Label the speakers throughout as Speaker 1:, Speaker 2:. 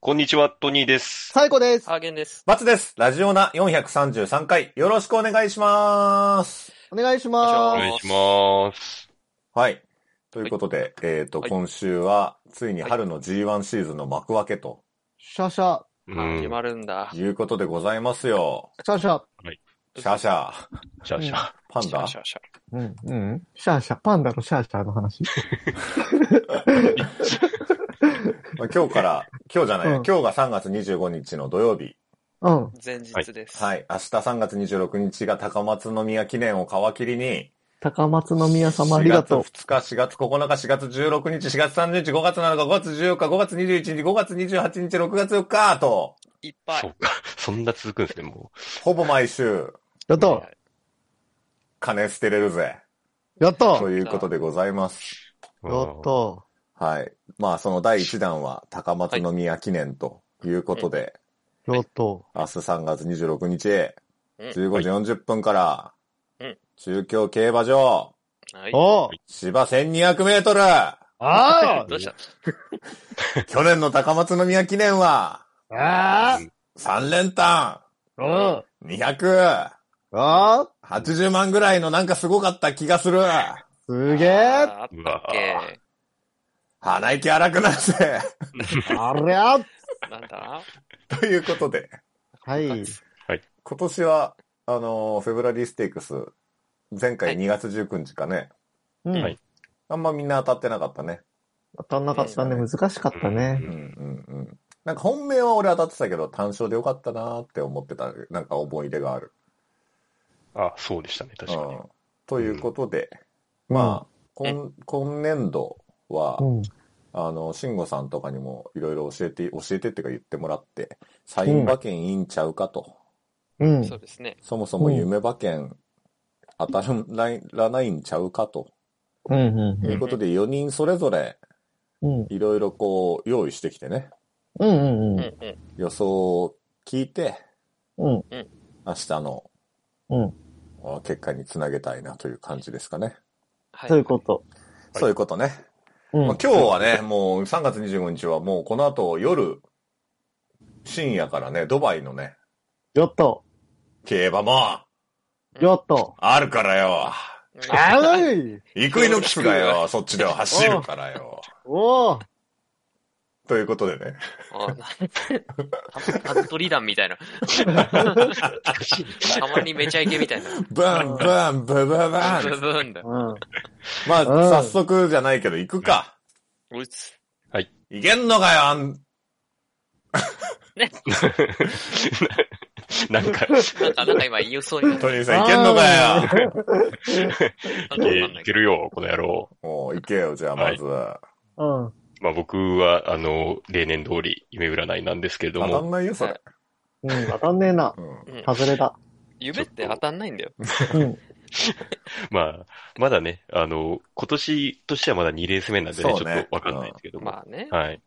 Speaker 1: こんにちは、トニーです。
Speaker 2: 最高です。
Speaker 3: ハーゲンです。
Speaker 4: 松です。ラジオナ433回、よろしくお願いします。
Speaker 2: お願いし
Speaker 1: お
Speaker 3: お
Speaker 2: ま
Speaker 3: 願
Speaker 1: 願
Speaker 3: い
Speaker 1: い
Speaker 3: し
Speaker 1: します。
Speaker 4: はい。ということで、えっ、と、
Speaker 3: はい
Speaker 4: 今週は、ついに春の G1 シーズンの幕開けと
Speaker 2: す。シャシャ、
Speaker 1: う
Speaker 3: 始
Speaker 1: ん。
Speaker 3: まるんだ。
Speaker 4: いうことでございますよ。
Speaker 2: シャシャ。
Speaker 4: シャーシャー、
Speaker 1: シャーシャー。
Speaker 4: パンダ
Speaker 3: シャーシャー
Speaker 2: うん、うん。シャシャ、パンダのシャシャの話。
Speaker 4: まあ今日から、今日じゃない、
Speaker 2: うん
Speaker 4: 今日が3月25日の土曜日。
Speaker 2: うん。
Speaker 3: 前日です。
Speaker 4: はい。明日3月26日が高松宮記念を皮切りに、
Speaker 2: 高松宮様ありがと
Speaker 4: 4月2日、4月9日、4月16日、4月30日、5月7日、5月14日、5月21日、5月28日、6月4日と、
Speaker 3: いっぱい。
Speaker 1: そうか。そんな続くんですね、も
Speaker 4: ほぼ毎週、
Speaker 2: う。やった
Speaker 3: はいはい
Speaker 4: 金捨てれるぜ。
Speaker 2: やったやっ
Speaker 4: ということでございます。
Speaker 1: う。
Speaker 2: た
Speaker 4: はい。まあ、その第1弾は高松宮記念ということで、
Speaker 2: やった
Speaker 4: 明日3月26日、
Speaker 3: うん
Speaker 4: 15時40分から
Speaker 3: うん、
Speaker 4: 中京競馬場、
Speaker 3: はい
Speaker 2: おう
Speaker 4: 芝1200メー トル
Speaker 2: あ
Speaker 3: どうした
Speaker 4: 去年の高松宮記念は、
Speaker 2: あああ
Speaker 4: 3連単、
Speaker 2: うん
Speaker 4: 280
Speaker 2: ああ
Speaker 4: 万ぐらいのなんかすごかった気がする。
Speaker 2: すげえ
Speaker 3: あーあったっけ
Speaker 4: 鼻息荒くなるぜ。
Speaker 2: ありゃ
Speaker 3: なんだ
Speaker 4: ということで、
Speaker 2: はい。
Speaker 4: 今年は、あのーフェブラリーステークス、前回2月19日かね、
Speaker 2: う
Speaker 1: は
Speaker 2: ん
Speaker 1: い。
Speaker 4: あんまみんな当たってなかったね。
Speaker 2: 当たんなかったね。難しかったね
Speaker 4: う。んうんうん。なんか本命は俺当たってたけど、単勝でよかったなーって思ってた、なんか思い出がある。
Speaker 1: あ、そうでしたね、確か
Speaker 4: う
Speaker 1: に。
Speaker 4: んということで、まあ、今、今年度は、
Speaker 2: うん。
Speaker 4: あの、慎吾さんとかにもいろいろ教えて、教えてっていうか言ってもらって、サイン馬券いいんちゃうかと。
Speaker 2: うん。
Speaker 3: そうですね。
Speaker 4: そもそも夢馬券当たらないんちゃうかと。
Speaker 2: うん。うん
Speaker 4: ということで、4人それぞれ
Speaker 2: うん。
Speaker 4: いろいろこう、用意してきてね。
Speaker 2: うん。うん。
Speaker 3: う
Speaker 2: うんん。
Speaker 3: うん。
Speaker 4: 予想を聞いて、
Speaker 2: うん。
Speaker 4: 明日の
Speaker 2: うん。
Speaker 4: 結果につなげたいなという感じですかね。
Speaker 3: は
Speaker 2: そういうこと。
Speaker 4: そういうことね。
Speaker 2: うん
Speaker 4: まあ、。今日はね、もう3月25日はもうこの後夜、深夜からね、ドバイのね、
Speaker 2: やった
Speaker 4: 競馬も
Speaker 2: やった
Speaker 4: あるからよ。
Speaker 3: うん
Speaker 2: あい
Speaker 4: イクイノキスがよ、そっちでは走るからよ。
Speaker 2: おう
Speaker 4: ということでね。
Speaker 3: あなんハットリ団 みたいな。たまにめちゃイケみたいな。
Speaker 4: ブンブンブブブ
Speaker 3: ブ
Speaker 4: ン。
Speaker 3: ブーンだ。
Speaker 2: うん。
Speaker 4: まあ、
Speaker 2: うん
Speaker 4: 早速じゃないけど行くか。
Speaker 3: うつ。
Speaker 4: 行けんのかよ、あん、
Speaker 1: なん か、
Speaker 3: なんか、なんか今言いそうになった。
Speaker 4: トニーさん行けんのかよ。
Speaker 3: なんかわかんない
Speaker 1: い
Speaker 3: け
Speaker 1: けるよ、この野郎。
Speaker 4: もう行けよ、じゃあまずは。
Speaker 2: うん。
Speaker 1: まあ僕は、あの、例年通り夢占いなんですけれど
Speaker 4: 当た
Speaker 1: も、
Speaker 4: んないよ、それ。
Speaker 2: うん。当たんねえな。
Speaker 4: うん。
Speaker 3: ど。うん
Speaker 2: 外れだ。
Speaker 3: 夢って当たんないんだよ。
Speaker 2: うん。
Speaker 1: まあ、まだね、あの、今年としてはまだ2レース目なんでね、
Speaker 4: そ
Speaker 1: ち
Speaker 4: う
Speaker 1: ょっ
Speaker 4: ね
Speaker 1: とわかんないんですけども、
Speaker 3: まあね。
Speaker 1: はい。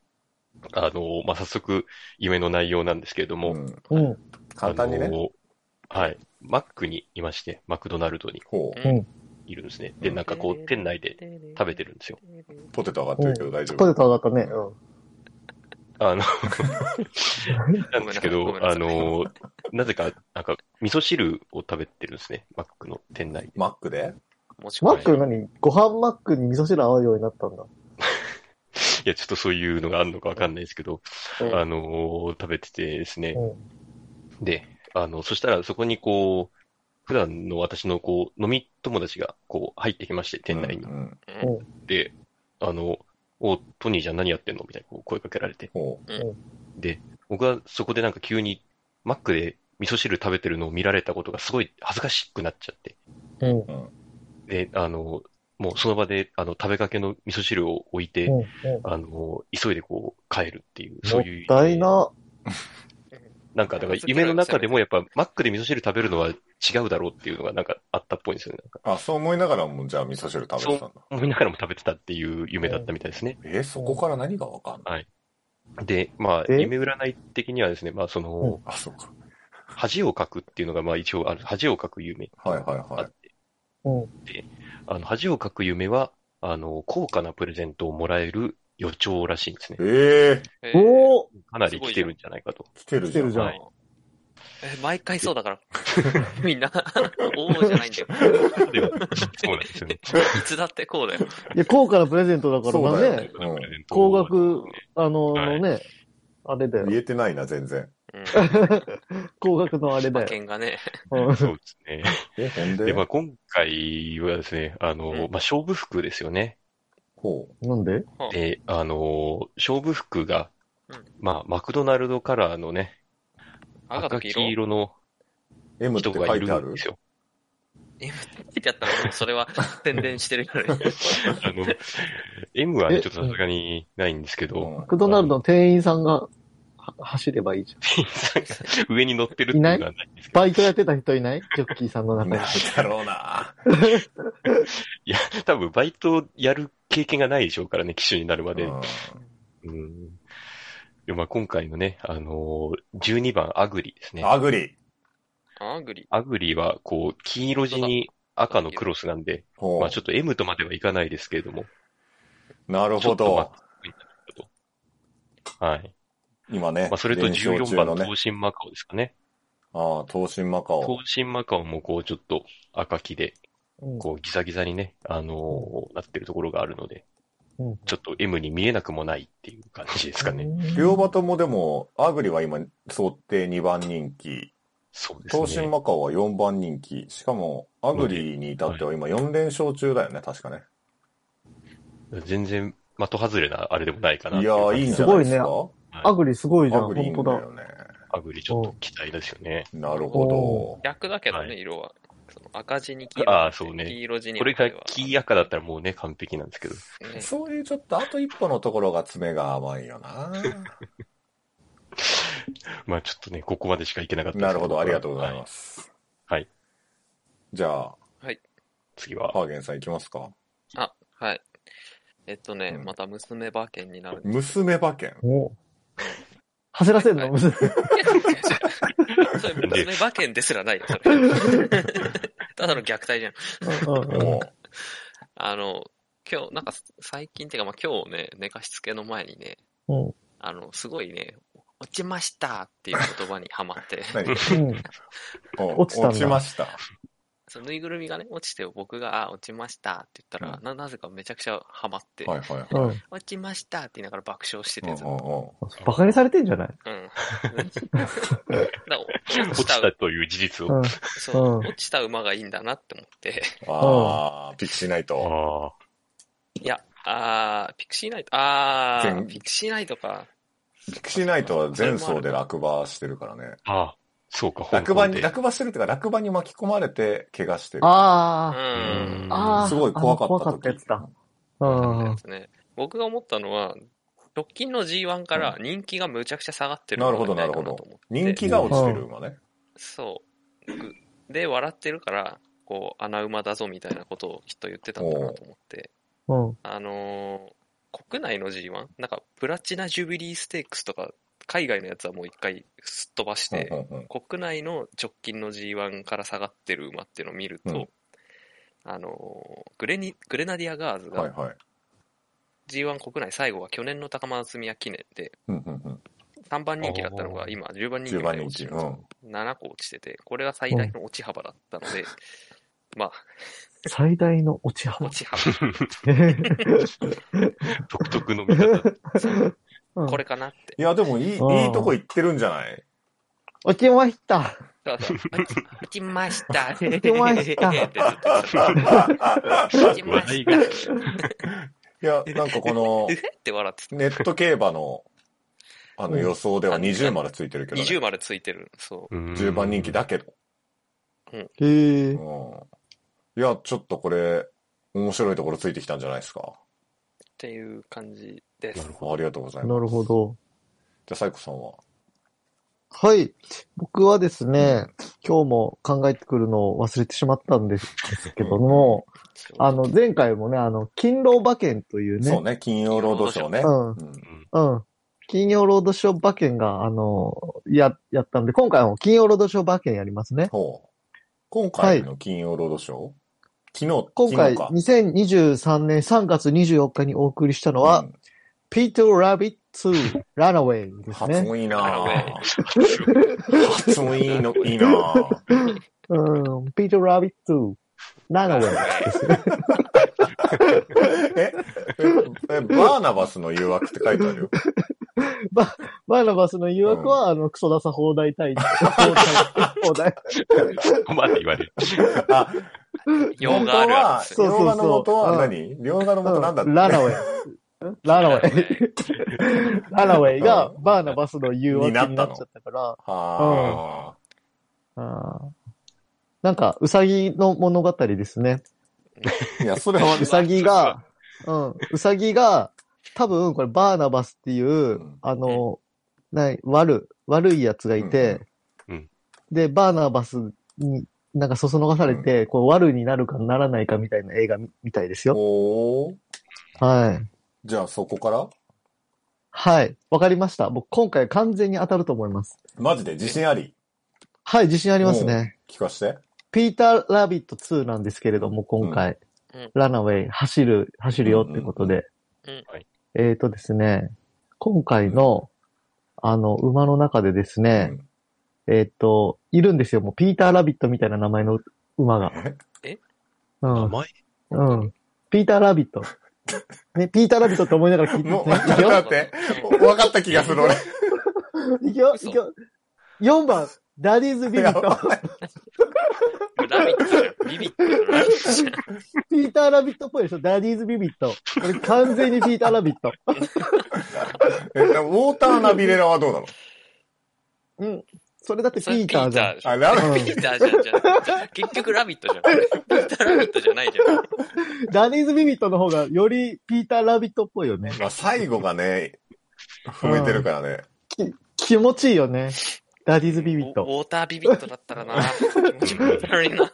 Speaker 1: あの、まあ早速、夢の内容なんですけれども、
Speaker 4: うん
Speaker 2: うん。
Speaker 4: 簡単に
Speaker 1: あ
Speaker 4: ね。
Speaker 1: のはい。マックにいまして、マクドナルドに
Speaker 4: ほう。
Speaker 1: いるんですね。で、
Speaker 4: うん
Speaker 1: なんかこう、店内で食べてるんですよ。
Speaker 4: ポテト上がってるけど大丈夫。
Speaker 2: ポテト上がったね。うん。
Speaker 1: あの、なんですけ
Speaker 3: ご
Speaker 1: ど
Speaker 3: めん、な
Speaker 1: あ
Speaker 3: さいごめんなさい
Speaker 1: の、なぜか、なんか、味噌汁を食べてるんですね。マックの店内で。
Speaker 4: マックで
Speaker 3: 持ち
Speaker 2: マ
Speaker 3: 込
Speaker 2: ック何ご飯マックに味噌汁合うようになったんだ。
Speaker 1: いや、ちょっとそういうのがあるのかわかんないですけど、
Speaker 2: うん
Speaker 1: あの、食べててですね。
Speaker 2: う
Speaker 1: で、あの、そしたらそこにこう、普段の私のこう、飲み友達がこう、入ってきまして、店内に
Speaker 4: う。んうん
Speaker 3: うん
Speaker 1: で、あの、お、トニーじゃん何やってんのみたいなこう声かけられて。
Speaker 4: ほう。
Speaker 1: で、僕はそこでなんか急に、マックで味噌汁食べてるのを見られたことがすごい恥ずかしくなっちゃって。
Speaker 2: うん。
Speaker 1: で、あの、もうその場で、あの、食べかけの味噌汁を置いて、
Speaker 2: うん。
Speaker 1: あの、急いでこう、帰るっていう、
Speaker 2: も
Speaker 1: そう
Speaker 2: っ
Speaker 1: いう。
Speaker 2: たいな。
Speaker 1: なんか、だから夢の中でもやっぱ、マックで味噌汁食べるのは違うだろうっていうのがなんかあったっぽいんですよね。なんか
Speaker 4: あ、そう思いながらも、じゃあ味噌汁食べてたんだ。
Speaker 1: 思いながらも食べてたっていう夢だったみたいですね。
Speaker 4: え、そこから何がわかんない
Speaker 1: で、まあ、
Speaker 2: え
Speaker 1: 夢占い的にはですね、まあ、その、
Speaker 4: あ、そうか。
Speaker 1: 恥をかくっていうのが、まあ、一応ある、恥をかく夢。
Speaker 4: はいはい
Speaker 1: あ
Speaker 4: は
Speaker 1: っ
Speaker 4: い
Speaker 1: て。
Speaker 2: うん。
Speaker 1: あの、恥をかく夢は、あの、高価なプレゼントをもらえる予兆らしいんですね。
Speaker 4: ええ
Speaker 3: えー
Speaker 2: おー
Speaker 1: かなり来てるんじゃないかと。
Speaker 4: 来てるじゃ
Speaker 2: 来てる
Speaker 4: ん。
Speaker 2: じゃん
Speaker 3: はいえ毎回そう だから。みん な、おおじゃないんだよ。
Speaker 1: でもそうなんですよね。
Speaker 3: いつだってこうだよ。
Speaker 2: いや、高価なプレゼントだから
Speaker 4: そうだよ
Speaker 2: ね
Speaker 4: ね。うん
Speaker 2: 高額、あの、
Speaker 1: はい
Speaker 2: のね、あれだよ
Speaker 4: 言。えてないな、全然。
Speaker 3: うん。
Speaker 2: 高額のあれだ
Speaker 3: 馬
Speaker 2: よ。
Speaker 3: 券がね。
Speaker 2: う ん
Speaker 1: そうですね。
Speaker 4: え、ほんで
Speaker 1: で、まあ今回はですね、あの、
Speaker 3: うん
Speaker 1: まあ勝負服ですよね。
Speaker 4: ほう。
Speaker 2: なんで
Speaker 1: で、あの、勝負服が
Speaker 3: うん、
Speaker 1: まあマクドナルドカラーのね、
Speaker 3: 赤と
Speaker 1: 赤
Speaker 3: 黄
Speaker 1: 黄
Speaker 3: 色。
Speaker 1: 色の
Speaker 4: M って
Speaker 1: 人
Speaker 4: 書
Speaker 1: がい
Speaker 4: いてあ
Speaker 1: るん
Speaker 4: る
Speaker 1: ですよ。
Speaker 3: 書いてあったらもうそ れは宣伝してるからね。
Speaker 1: あの、M はね、
Speaker 2: え
Speaker 1: ちょっとさすがにないんですけど、
Speaker 2: マクドナルドの店員さんがは走ればいいじゃん。
Speaker 1: 上に乗ってるっていうのはないんですけど、
Speaker 2: バイトやってた人いないジョッキーさんの
Speaker 4: う
Speaker 2: 中
Speaker 4: ん。
Speaker 2: に
Speaker 4: な。んだろうな。
Speaker 1: いや、多分バイトやる経験がないでしょうからね、機種になるまで。
Speaker 4: うん
Speaker 1: うん。でまあ今回のね、あのー12番アグリですね。
Speaker 4: アグリ。
Speaker 3: あグリ。
Speaker 1: アグリは、こう、黄色地に赤のクロスなんで、
Speaker 4: ほう。
Speaker 1: まあちょっと M とまではいかないですけれども。
Speaker 4: なる
Speaker 1: ちょ
Speaker 4: ほ
Speaker 1: っとま
Speaker 4: ど
Speaker 1: あ。はい。
Speaker 4: 今ね。
Speaker 1: まあそれと
Speaker 4: 連勝
Speaker 1: 14
Speaker 4: 中
Speaker 1: 番
Speaker 4: の
Speaker 1: の
Speaker 4: ね。
Speaker 1: 東進マカオですかね。
Speaker 4: ああ、東進マカオ。
Speaker 1: 東進マカオもこうちょっと赤木で、
Speaker 2: うん
Speaker 1: こうギザギザにね、あのーなってるところがあるので、
Speaker 2: うん
Speaker 1: ちょっと M に見えなくもないっていう感じですかね。
Speaker 4: 両馬ともでも、アグリは今、想定2番人気。
Speaker 1: そうですね。
Speaker 4: 東進マカオは4番人気。しかも、アグリに至っては今4連勝中だよね、確かね。
Speaker 1: 全然、的外れなあれでもないかなっ
Speaker 4: い
Speaker 1: て
Speaker 4: や
Speaker 1: う感
Speaker 4: ー、
Speaker 1: じ
Speaker 4: いいん
Speaker 1: です
Speaker 4: じゃないですか。
Speaker 2: アグリすごいじゃ
Speaker 4: ア
Speaker 2: ん、
Speaker 4: グリいいん
Speaker 2: 本当
Speaker 4: だ
Speaker 2: だ。
Speaker 4: よね。
Speaker 1: アグリちょっと期待ですよね。
Speaker 4: なるほ
Speaker 3: 逆だけどね、
Speaker 1: は
Speaker 3: 色は。その赤地に黄色。
Speaker 1: ああそうね
Speaker 3: 黄色地に
Speaker 1: これ
Speaker 3: 赤
Speaker 1: が
Speaker 3: では
Speaker 1: キー赤だったらもうね、完璧なんですけど。
Speaker 4: ど。
Speaker 3: ね
Speaker 4: そういうちょっとあと一歩のところが爪が甘い よな。
Speaker 1: まあちょっとね、ここまでしかいけなかったです
Speaker 4: なるほど、ありがとうござい
Speaker 1: は
Speaker 4: ます。
Speaker 1: はい。
Speaker 4: じゃあ、
Speaker 1: 次は、
Speaker 4: ハーゲンさんいきますか。
Speaker 3: あ、はい。えっとね、
Speaker 4: うん
Speaker 3: また娘馬券にな るんです。
Speaker 4: 娘 馬券。
Speaker 2: おう走らせるの、
Speaker 3: はい
Speaker 2: むずい
Speaker 3: それ娘馬券ですらないよ、それ。 ただの虐待じゃん。
Speaker 2: うんうんうん
Speaker 4: もう、
Speaker 3: あの、今日、なんか最近っていうか、まあ今日ね、寝かしつけの前にね、
Speaker 2: うん
Speaker 3: あの、すごいね、落ちましたっていう言葉にハマ って、
Speaker 4: 何
Speaker 2: うん
Speaker 4: うん
Speaker 2: 落ちたんだ
Speaker 4: 落ちました。
Speaker 3: そのぬいぐるみがね、落ちて僕が、あ、落ちましたって言ったら、
Speaker 4: う
Speaker 3: な、なぜかめちゃくちゃハマって、
Speaker 4: はいはいはい。
Speaker 2: うん
Speaker 3: 落ちましたって言いながら爆笑して
Speaker 4: う
Speaker 3: た
Speaker 4: んう
Speaker 3: や
Speaker 4: ん
Speaker 3: つ。
Speaker 4: うん
Speaker 2: バカにされてんじゃない
Speaker 3: うん。だ から落
Speaker 1: 落
Speaker 3: ちた
Speaker 1: ち、たという事実
Speaker 2: う
Speaker 1: を。
Speaker 2: ん
Speaker 3: そう
Speaker 2: うん
Speaker 3: 落ちた馬がいいんだなって思って。
Speaker 4: ああ、ピクシーナイト。
Speaker 1: ああ、
Speaker 3: いや、あーピクシーナイト、あー
Speaker 4: 全
Speaker 3: ピクシーナイトか。
Speaker 4: ピクシーナイトは前走で落馬してるからね。
Speaker 1: ああ、そうか、
Speaker 4: 落馬
Speaker 1: 香港
Speaker 4: に、
Speaker 1: で。
Speaker 4: 落馬してるっていうか、落馬に巻き込まれて怪我してる。
Speaker 3: う
Speaker 2: あ
Speaker 3: ん。
Speaker 1: あ
Speaker 2: あー。
Speaker 4: すごい怖かった時
Speaker 2: あの怖かったやつだ。あ。
Speaker 3: そう
Speaker 2: うん
Speaker 3: で。すね。僕が思ったのは、直近の G1 から人気がむちゃくちゃ下がってる
Speaker 4: なるほ
Speaker 3: の
Speaker 4: ど
Speaker 3: がいいかと思って
Speaker 4: 人気が落ちてる馬ね。
Speaker 3: そう。ぐで、笑ってるから、こう、穴馬だぞみたいなことをきっと言ってたんだなと思って。
Speaker 2: うん。
Speaker 3: あのー国内の G1? なんか、プラチナジュビリーステークスとか、海外のやつはもう一回すっ飛ばし
Speaker 4: うん
Speaker 3: て、
Speaker 4: うんうん
Speaker 3: 国内の直近の G1 から下がってる馬っていうのを見ると、
Speaker 4: うん
Speaker 3: あのーグレニグレナディアガーズ
Speaker 4: はい
Speaker 3: が
Speaker 4: はい。
Speaker 3: G1 国内最後は去年の高松宮記念で
Speaker 4: うんうん
Speaker 3: 3番人気だったのが今10番
Speaker 4: うん。
Speaker 3: 人
Speaker 4: 10
Speaker 3: 気ま
Speaker 4: 番
Speaker 3: で
Speaker 4: 人
Speaker 3: 落ち
Speaker 4: 気。
Speaker 3: て
Speaker 4: う
Speaker 3: るんですよ
Speaker 4: ん。
Speaker 3: 7個落ちててこれが最大の落ち幅だったので、まあ
Speaker 2: 最大の落ち幅
Speaker 3: 落。ち幅
Speaker 1: 独特の見方。
Speaker 2: うん
Speaker 3: これかなって
Speaker 4: いや、でもいい、いい
Speaker 2: うん
Speaker 4: とこ行ってるんじゃない
Speaker 2: 落ちました。
Speaker 3: そうそう落ち落ちました
Speaker 2: 落ちました
Speaker 3: ってずっと言ってた落ちま
Speaker 1: 笑い
Speaker 3: し
Speaker 1: が
Speaker 3: たう
Speaker 4: いや、なんかこの
Speaker 3: え、って笑ってた
Speaker 4: ネット競馬の、あの
Speaker 2: うん
Speaker 4: 予想では20までついてるけどね。
Speaker 3: 20までついてるそう
Speaker 1: 10
Speaker 4: 10番人気。だけど。
Speaker 2: へえ。
Speaker 4: うん。いや、ちょっとこれ、面白いところついてきたんじゃないですか。
Speaker 3: っていう感じで
Speaker 1: な
Speaker 3: す
Speaker 1: る
Speaker 4: ありがとうございます。
Speaker 2: なるほど。
Speaker 4: じゃあ、サイコさんは。
Speaker 2: はい。僕はですね、今日も考えてくるのを忘れてしまったんですけども、あの、前回もね、あの、勤労馬券というね、
Speaker 4: そうね、金曜ロードショーね。
Speaker 2: うん、
Speaker 4: うん
Speaker 2: うん。金曜ロードショー馬券が、あの、や、やったんで、今回も金曜ロードショー馬券やりますね。
Speaker 4: ほう。今回の金曜ロードショー、昨日、
Speaker 2: 今回、
Speaker 4: 昨日か
Speaker 2: 2023年3月24日にお送りしたのは、
Speaker 4: うん
Speaker 2: Peter Rabbit 2 Runaway です
Speaker 4: 発
Speaker 2: ね。
Speaker 4: 音いい
Speaker 3: あの ね
Speaker 4: な発音いいの、いいな
Speaker 2: うん、Peter Rabbit 2 Runaway。
Speaker 4: ええ、バーナバスの誘惑って書いてあるよ。
Speaker 2: バーナバスの誘惑は、あの、クソダサ放題 対、放題、放題。
Speaker 1: ここまで言われる。
Speaker 4: あ、
Speaker 3: 用があるあるです
Speaker 2: そう
Speaker 3: ね。
Speaker 4: 両側の元は何両側の元なんだっ
Speaker 2: う
Speaker 4: て
Speaker 2: んラナウェイ。んラナウ ェイ。ラナウェイがバーナバスの誘惑になっちゃったから、
Speaker 4: は
Speaker 2: あーなんか、ウサギの物語ですね。
Speaker 4: あ。いや、それは
Speaker 2: う、さぎが、うん、うさぎが、多分これバーナバスっていう、
Speaker 4: ん
Speaker 2: あの、ない、悪、悪いやつがいて、
Speaker 1: うんうん
Speaker 2: で、バーナバスに、なんかそそのかされて、こう悪になるかならないかみたいな映画みみたいですよ。
Speaker 4: おー
Speaker 2: はい。
Speaker 4: じゃあそこから
Speaker 2: はい。わかりました。僕今回完全に当たると思います。
Speaker 4: マジで自信あり
Speaker 2: はい、自信ありますね。
Speaker 4: 聞かして。
Speaker 2: ピーター・ラビット2なんですけれども、今回、
Speaker 3: うんうん
Speaker 2: ラナウェイ走る、走るよってことで。
Speaker 3: うんうん
Speaker 1: はい
Speaker 2: えーとですね、今回の、あの、馬の中でですね、えーと、いるんですよ。もう、ピーター・ラビットみたいな名前の馬が。う
Speaker 1: 名
Speaker 2: ん。
Speaker 1: 前
Speaker 2: うん。ピーター・ラ ビット。ね、ピーター・ラビットって思いながら聞い
Speaker 4: うん
Speaker 2: て、
Speaker 4: もう、
Speaker 2: ね、いく
Speaker 4: 待
Speaker 2: よ
Speaker 3: だ
Speaker 4: って、分かった気がする俺。
Speaker 2: いくよ、い
Speaker 3: 嘘
Speaker 2: くよ。4番、ダディーズ・ビビッ
Speaker 4: や
Speaker 2: ト。
Speaker 3: ラビットじゃんビビットじゃない
Speaker 2: ピーター・ラビットっぽいでしょダディーズ・ビビット。これ完全にピーター・ラビット。
Speaker 4: えウォーターナビレラはどうなの
Speaker 2: うん。それだってピ
Speaker 3: それ
Speaker 2: ーターじゃん。
Speaker 3: ピ
Speaker 4: あ、ラ
Speaker 2: うん
Speaker 3: ーターじゃん。ピーターじゃんじゃん。結局ラビットじゃん。ピーターラビットじゃないじゃん。
Speaker 2: ダニーズ・ビビットの方がよりピーター・ラビットっぽいよね。
Speaker 4: まあ最後がね、踏めてるからね。
Speaker 2: 気持ちいいよね。ダディーズ・ビビッ
Speaker 3: ウォ
Speaker 2: ト。
Speaker 3: ータービビットだったらな。気持ち悪いな。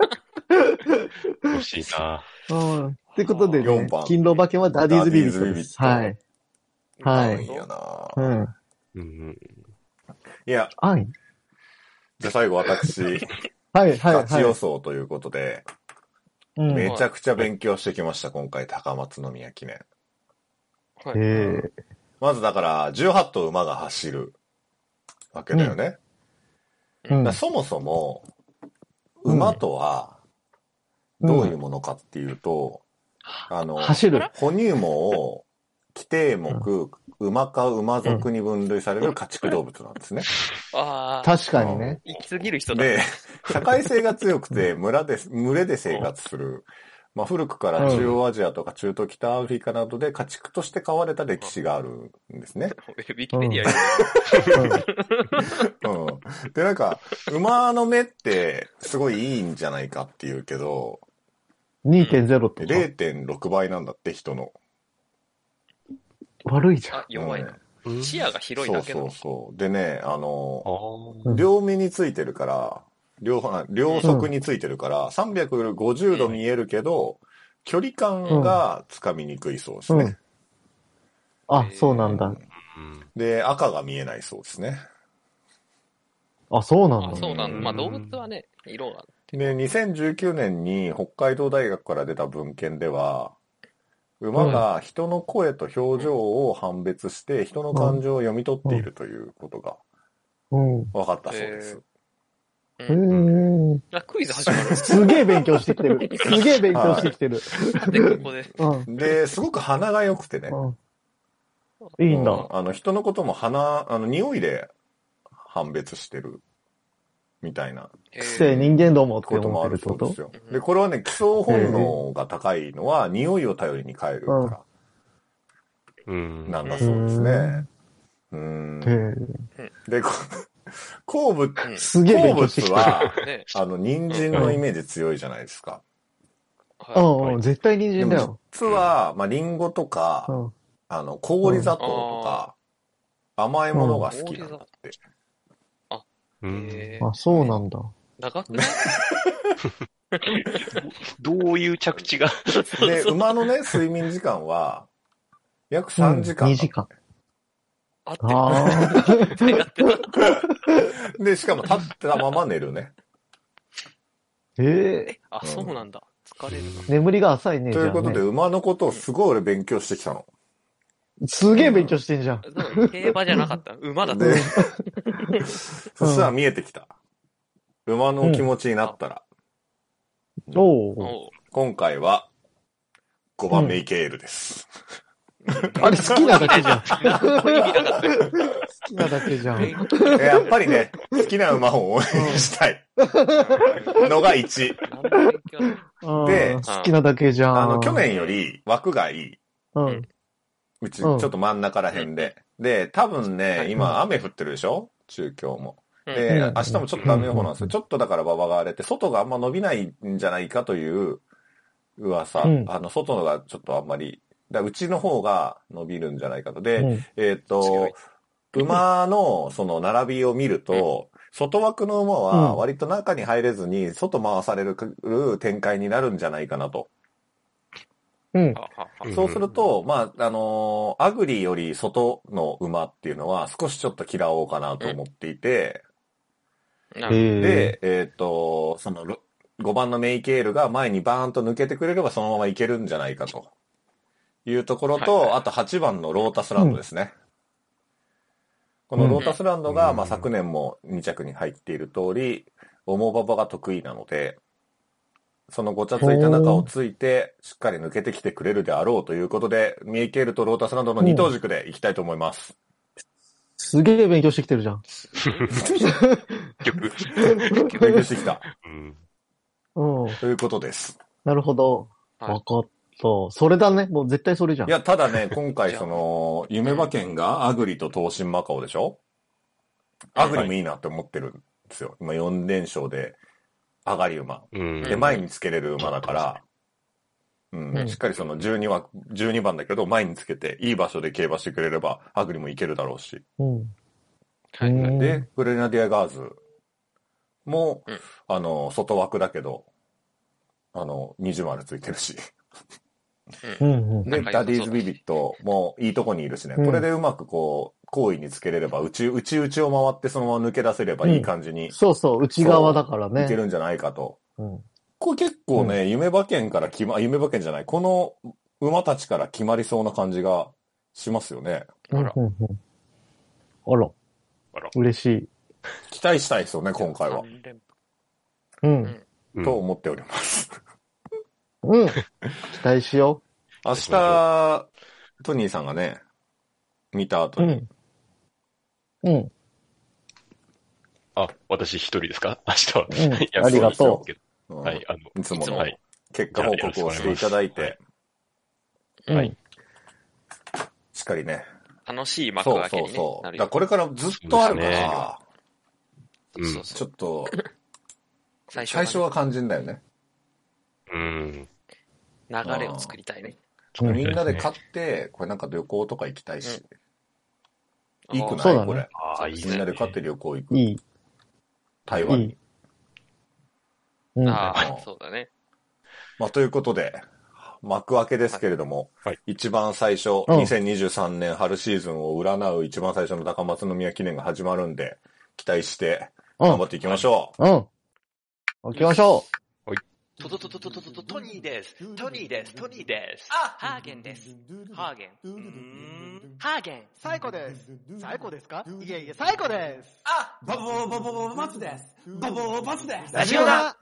Speaker 1: 欲しいな
Speaker 2: うん。ってことでね
Speaker 4: 四番、
Speaker 2: 勤労馬券はダディーズ・ビビットです。
Speaker 4: ダ
Speaker 2: は
Speaker 4: ディー
Speaker 2: い。はい
Speaker 4: いやな
Speaker 2: うん。
Speaker 1: うん
Speaker 4: いや、
Speaker 2: はい。
Speaker 4: じゃあ最後私、
Speaker 2: はい、はい、
Speaker 4: 勝
Speaker 2: は
Speaker 4: ち予
Speaker 2: い。
Speaker 4: 想ということで、
Speaker 2: うん
Speaker 4: めちゃくちゃ勉強してきました、今回、高松宮記念。
Speaker 3: は
Speaker 2: え
Speaker 3: い。
Speaker 2: ー
Speaker 4: まずだから、18頭馬が走るわけだよね。だか
Speaker 2: うん
Speaker 4: らそもそも、
Speaker 2: うん
Speaker 4: 馬とは、どういうものかっていうと、あの、
Speaker 2: 走る。
Speaker 4: 哺乳毛を、規定目、馬か馬族に分類される家畜動物なんですね。
Speaker 3: ああ、
Speaker 2: 確かにね。
Speaker 3: 行き過ぎる人だ。
Speaker 4: で、社会性が強くて、村で、群れで生活する。まあ、古くから中央アジアとか中東北アフリカなどで家畜として飼われた歴史があるんですね。
Speaker 3: ウィキペディアに
Speaker 4: うん。で、なんか、馬の目って、すごいいいんじゃないかっていうけど、
Speaker 2: うん2.0とか。
Speaker 4: 0.6倍なんだって、人の。
Speaker 2: 悪いじゃん。
Speaker 3: あ、弱い
Speaker 1: う
Speaker 3: な。
Speaker 1: ん
Speaker 3: 視野が広いだけな
Speaker 4: そ
Speaker 3: の
Speaker 4: うそうそう。でね、あの、
Speaker 1: あー
Speaker 2: うん
Speaker 4: 両目についてるから、両方、両側についてるから、350度見えるけど、距離感がつかみにくいそうですね。
Speaker 2: あ、そうなんだ。
Speaker 1: うん
Speaker 4: で、赤が見えないそうですね。
Speaker 2: あ、そうなん
Speaker 3: あ、
Speaker 2: だ。
Speaker 3: そうなの。まあ動物はね、色が。
Speaker 4: で、2019年に北海道大学から出た文献では、馬が人の声と表情を判別して、人の感情を読み取っているということが
Speaker 2: うん。
Speaker 4: 分かったそうです。
Speaker 2: へー
Speaker 3: あクイズ始まるんです
Speaker 2: すげえ勉強してきてる。すげえ勉強してきてる。
Speaker 3: で、ここで。
Speaker 2: うん
Speaker 4: で、すごく鼻が良くてね。
Speaker 2: うん。いいんだ。
Speaker 4: あの、人のことも鼻、あの、匂いで判別してる。みたいな
Speaker 3: え
Speaker 2: くせえ人間どもって
Speaker 4: ことも
Speaker 2: 思
Speaker 4: あ
Speaker 2: ってる
Speaker 4: る
Speaker 2: って
Speaker 4: そ
Speaker 2: こ
Speaker 4: うで
Speaker 2: と
Speaker 4: すよ。で、これはね、基礎本能が高いのは、匂いを頼りに変えるか
Speaker 1: うん
Speaker 4: ら、なんだそうですね。うん。
Speaker 2: へ
Speaker 4: で、
Speaker 2: え
Speaker 4: こ鉱物、
Speaker 2: すげえ
Speaker 4: 鉱
Speaker 2: 勉強してき
Speaker 4: 物
Speaker 2: てる。
Speaker 4: は、
Speaker 3: ね。
Speaker 4: あの、人参のイメージ強いじゃないですか。
Speaker 2: う
Speaker 3: は
Speaker 2: んうん、絶対人
Speaker 4: で
Speaker 2: 参だ
Speaker 4: も
Speaker 2: よ。
Speaker 4: 実は、まあ、リンゴと
Speaker 2: う
Speaker 4: か、
Speaker 2: ん。
Speaker 4: あの、氷砂糖とか、甘いものが好きなんだって。
Speaker 1: う
Speaker 3: い。
Speaker 1: ん
Speaker 3: え
Speaker 2: あ、そうなんだ。
Speaker 3: 長くない
Speaker 1: どういう着地が
Speaker 4: で、馬のね、睡眠時間は、約3時間
Speaker 2: うん
Speaker 4: だ
Speaker 2: 2
Speaker 4: って
Speaker 2: 時間。
Speaker 3: あってる
Speaker 2: ああ。
Speaker 4: で、しかも立ったまま寝る ね。
Speaker 2: ええ
Speaker 3: あ、そうなんだ。疲れるな。
Speaker 2: 眠りが浅いね、
Speaker 4: ということで、
Speaker 2: じゃあね
Speaker 4: 馬のことをすごい俺勉強してきたの。
Speaker 2: すげえ勉強してんじゃん。
Speaker 3: だから競馬じゃなかった。馬だった。
Speaker 4: で、そしたら見えてきた。馬の気持ちになったら、
Speaker 2: おう
Speaker 3: おう
Speaker 4: 今回は5番目イケールです。
Speaker 2: あれ好きなだけじゃん。好
Speaker 3: 何も意味なかったよ。
Speaker 2: きなだけじゃん。
Speaker 4: えやっぱりね、好きな馬を応援したいのが1。
Speaker 3: 何の勉強だった
Speaker 4: で
Speaker 2: うん好きなだけじゃん。
Speaker 4: あの、去年より枠がいい。
Speaker 2: うん。
Speaker 4: うち、ち
Speaker 2: う
Speaker 4: ょ
Speaker 2: ん
Speaker 4: っと真ん中ら辺で。で、多分ね、今雨降ってるでしょ中京も。
Speaker 3: うん
Speaker 2: う
Speaker 4: で
Speaker 2: ん、
Speaker 4: 明日もちょっと雨予報なんですよ。ちょっとだから馬場が荒れて、外があんま伸びないんじゃないかという噂。
Speaker 2: うん
Speaker 4: あの、外のがちょっとあんまり、だうちの方が伸びるんじゃないかと。
Speaker 2: う
Speaker 4: で、
Speaker 2: ん
Speaker 4: えっ、
Speaker 3: 強い
Speaker 4: と、馬のその並びを見ると、外枠の馬は
Speaker 2: うん
Speaker 4: 割と中に入れずに外回される展開になるんじゃないかなと。
Speaker 2: うん。
Speaker 3: ははは
Speaker 1: うん
Speaker 4: そうすると、まあ、あのーアグリより外の馬っていうのは少しちょっと嫌おうかなと思っていて、
Speaker 3: な
Speaker 2: で、
Speaker 3: る
Speaker 4: で、えっ、と、そのろ5番のメイケールが前にバーンと抜けてくれればそのままいけるんじゃないかというところと、
Speaker 3: はいはい
Speaker 4: あと8番のロータスランドですね。このロータスランドが、
Speaker 1: うん
Speaker 4: まあ、昨年も2着に入っている通り、重馬場が得意なので、そのごちゃついた中をついて、しっかり抜けてきてくれるであろうということで、メイケールとロータスランドの二等軸でいきたいと思います。
Speaker 2: すげえ勉強してきてるじゃん。
Speaker 1: 結局。
Speaker 4: 勉強してきた。
Speaker 1: うん。
Speaker 2: うん。
Speaker 4: ということです。
Speaker 2: なるほど。
Speaker 3: はい
Speaker 2: わかった。それだね。もう絶対それじゃん。
Speaker 4: いや、ただね、今回その、夢馬券がアグリと東進マカオでしょアグリもいいなって思ってるんですよ。今4連勝で、上がり馬。
Speaker 1: うん。
Speaker 4: で、前につけれる馬だから、うん、
Speaker 2: うん
Speaker 4: しっかりその12は、12番だけど、前につけて、いい場所で競馬してくれれば、アグリもいけるだろうし。
Speaker 2: うん。
Speaker 3: はい
Speaker 2: うん
Speaker 4: で、グレナディアガーズも、
Speaker 3: うん
Speaker 4: あの、外枠だけど、あの、20丸ついてるし。
Speaker 2: うん。うん。
Speaker 4: で、
Speaker 3: 仲良さそうだ
Speaker 4: ダディーズビビットもいいとこにいるしね。
Speaker 2: うん
Speaker 4: これでうまくこう、行為につけれれば、うち、うちうちを回ってそのまま抜け出せればいい感じに
Speaker 2: そうそう、内側だから
Speaker 4: いけ
Speaker 2: ね。
Speaker 4: るんじゃないかと。
Speaker 2: うん。
Speaker 4: これ結構ね、夢馬券から決ま、夢馬券じゃない、この馬たちから決まりそうな感じがしますよね。
Speaker 2: うん
Speaker 3: あら
Speaker 2: うんうんあら。
Speaker 1: あら
Speaker 2: 嬉しい。
Speaker 4: 期待したいですよね、今回は。
Speaker 3: 三連覇
Speaker 2: うん。
Speaker 1: うん
Speaker 4: と思っております。
Speaker 2: うん。期待しよ
Speaker 4: 明日、トニーさんがね、見た後
Speaker 2: う。う
Speaker 4: に、
Speaker 2: ん。うん。
Speaker 1: あ、私一人ですか明日は。
Speaker 2: うん
Speaker 1: いや
Speaker 2: ありがと
Speaker 4: うん
Speaker 1: うはい、あの、
Speaker 4: いつも
Speaker 3: いつ
Speaker 4: の
Speaker 3: も
Speaker 1: はい。
Speaker 4: 結果報告をしていただい
Speaker 1: じゃあよ
Speaker 4: て、
Speaker 2: う。
Speaker 1: はい。
Speaker 4: しっかりね、
Speaker 3: 楽しい幕
Speaker 4: そう
Speaker 3: 開け
Speaker 4: そ
Speaker 3: に
Speaker 4: う
Speaker 3: ね
Speaker 4: そう。
Speaker 3: なる
Speaker 4: だから
Speaker 3: よ
Speaker 4: これからずっとあるから、
Speaker 1: そうですね
Speaker 3: そうそう
Speaker 4: ち
Speaker 3: そ
Speaker 4: ょ
Speaker 3: う
Speaker 4: っと、
Speaker 3: 最
Speaker 4: 最初
Speaker 3: 初
Speaker 4: は肝心だよね。
Speaker 1: うん。
Speaker 3: は流れを作りたいね。
Speaker 2: うん
Speaker 4: みんなで勝って、これなんか旅行とか行きたいし。いいく
Speaker 2: そう
Speaker 4: ない、
Speaker 2: だね
Speaker 4: これ。
Speaker 1: ああ、いい
Speaker 4: みんなで勝
Speaker 1: 勝
Speaker 4: って旅行行く。
Speaker 2: いい。
Speaker 4: 台
Speaker 2: い
Speaker 4: 湾に
Speaker 2: い。。うん。
Speaker 3: あ
Speaker 4: う
Speaker 3: あ
Speaker 4: ん、
Speaker 3: そうだね。
Speaker 4: まあ、ということで、幕開けですけれども、
Speaker 1: はい
Speaker 4: 一番最初、
Speaker 2: うん
Speaker 4: 2023年春シーズンを占う一番最初の高松宮記念が始まるんで、期待して、
Speaker 2: うん
Speaker 4: 頑張っていきましょう。
Speaker 2: うん。行きましょ
Speaker 5: トトトトトトトトトニーです。トニーです。トニーです。あハーゲンです。ハーゲン。うーんハーゲン。
Speaker 6: 最高です。最高ですかいえいえ、最高です。
Speaker 5: あボボボボボボツです。ボボボボツです。
Speaker 6: ラジオだ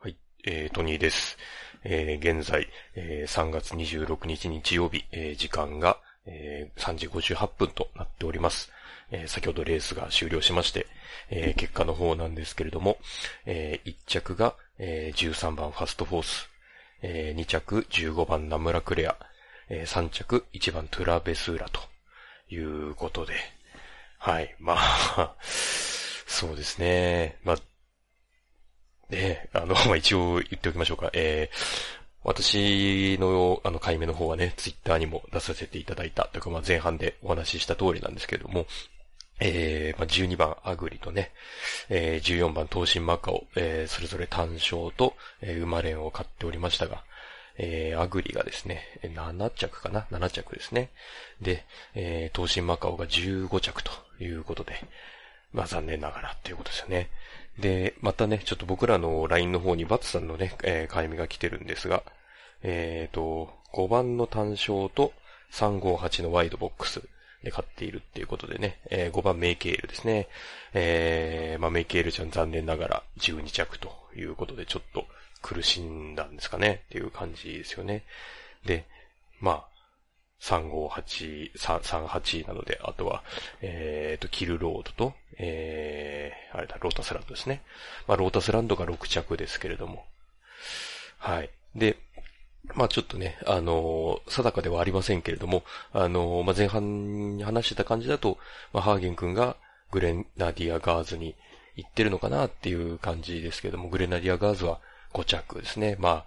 Speaker 1: はい、えー、トニーです。えー、現在、えー、3月26日日曜日、えー、時間が、えー、3時58分となっております。えー、先ほどレースが終了しまして、えー、結果の方なんですけれども、えー、1着が、えー、13番ファストフォース、えー、2着15番ナムラクレア、えー、3着1番トゥラベスーラということで、はい、まあ、 そうですね、まあ、ねあの、 まあ、一応言っておきましょうか。えー、私の、あの、回目の方はね、ツイッターにも出させていただいた、というか、まあ、前半でお話しした通りなんですけれども、えー、まあ、12番アグリとね、えー、14番東進マカオ、えー、それぞれ単勝と、えー、馬連を買っておりましたが、えー、アグリがですね、えー7着かな ?7 着ですね。で、えー、東進マカオが15着ということで、まあ残念ながらっていうことですよね。で、またね、ちょっと僕らの LINE の方にバツさんのね、えー、買い目が来てるんですが、えっ、と、5番の単勝と、 358のワイドボックスで買っているっていうことでね、え5番メイケールですね。えー、まあメイケールちゃん残念ながら12着ということでちょっと苦しんだんですかねっていう感じですよね。で、まあ、358、3 38なので、あとは、えーと、キルロードと、えー、あれだ、ロータスランドですね。まあ、ロータスランドが6着ですけれども。はい。で、まあちょっとね、あのー定かではありませんけれども、あのーまあ前半に話してた感じだと、まあハーゲン君がグレナディアガーズに行ってるのかなっていう感じですけども、グレナディアガーズは5着ですね。まあ、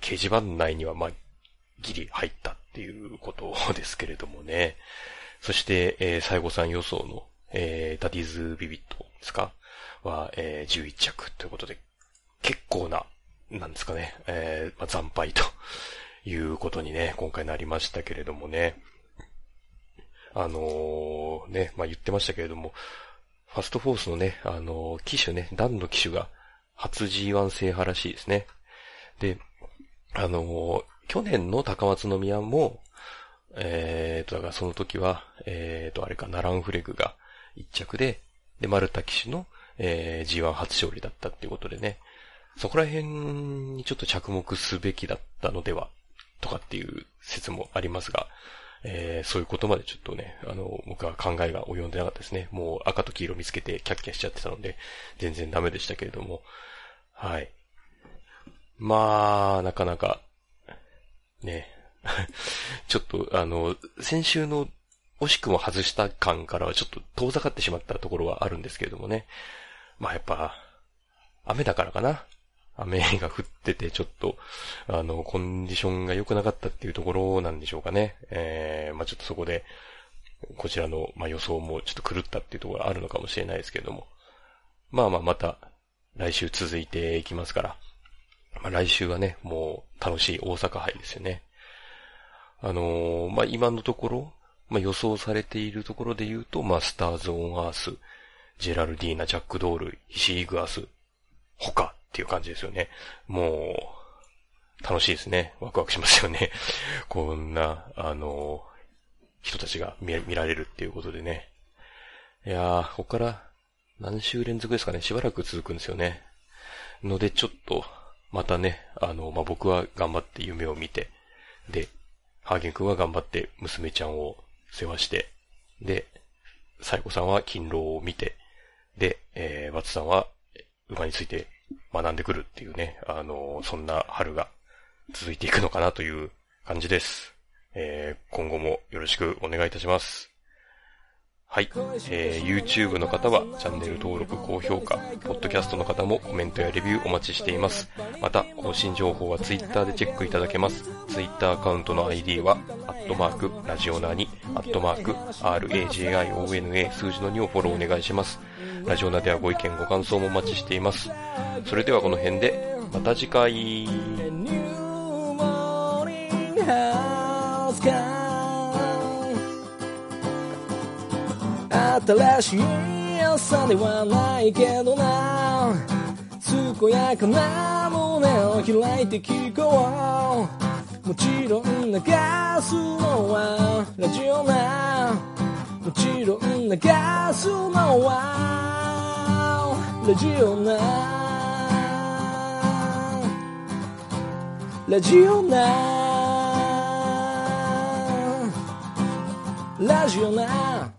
Speaker 1: 掲示板内には、まあ、ギリ入ったっていうことですけれどもね。そして、えー、最後さん予想の、えー、ダディズ・ビビットですかは、えー、11着ということで、結構な、なんですかね、えー、まあ、惨敗ということにね、今回なりましたけれどもね。あのーね、まあ、言ってましたけれども、ファストフォースのね、あのー機種ね、ダンの機種が初 G1 制覇らしいですね。で、あのー去年の高松宮も、えーと、だからその時は、えーと、あれか、ナランフレグが1着で、で、マルタ騎手の、えー G1 初勝利だったっていうことでね、そこら辺にちょっと着目すべきだったのでは、とかっていう説もありますが、えーそういうことまでちょっとね、あの、僕は考えが及んでなかったですね。もう赤と黄色見つけてキャッキャしちゃってたので、全然ダメでしたけれども、はい。まあ、なかなか、ね。 ちょっと、あの、先週の惜しくも外した感からはちょっと遠ざかってしまったところはあるんですけれどもね。まあやっぱ、雨だからかな。雨が降っててちょっと、あの、コンディションが良くなかったっていうところなんでしょうかね。えー、まあちょっとそこで、こちらの、まあ、予想もちょっと狂ったっていうところがあるのかもしれないですけれども。まあまあまた、来週続いていきますから。まあ、来週はね、もう楽しい大阪杯ですよね。あのーまあ、今のところ、まあ、予想されているところで言うと、まあ、スターズ・オン・アース、ジェラルディーナ、ジャック・ドール、ヒシイグアス、他っていう感じですよね。もう、楽しいですね。ワクワクしますよね。 こんな、あのー人たちが見見られるっていうことでね。いやー、ここから何週連続ですかね。しばらく続くんですよね。ので、ちょっと、またね、あの、まあ、僕は頑張って夢を見て、で、ハーゲン君は頑張って娘ちゃんを世話して、で、サイコさんは勤労を見て、で、えー、ワツさんは馬について学んでくるっていうね、あの、そんな春が続いていくのかなという感じです。えー、今後もよろしくお願いいたします。はい。えー、YouTube の方はチャンネル登録、高評価、Podcast の方もコメントやレビューお待ちしています。また、更新情報は Twitter でチェックいただけます。Twitter アカウントの ID は、アットマーク、ラジオナーに、アットマーク、RAJIONA 数字の2をフォローお願いします。ラジオナではご意見、ご感想もお待ちしています。それではこの辺で、また次回。
Speaker 7: A new morning has come 新しい朝ではないけどな健やかな胸を開いて聞こうもちろん流すのはラジオなもちろん流すのはラジオなラジオなラジオな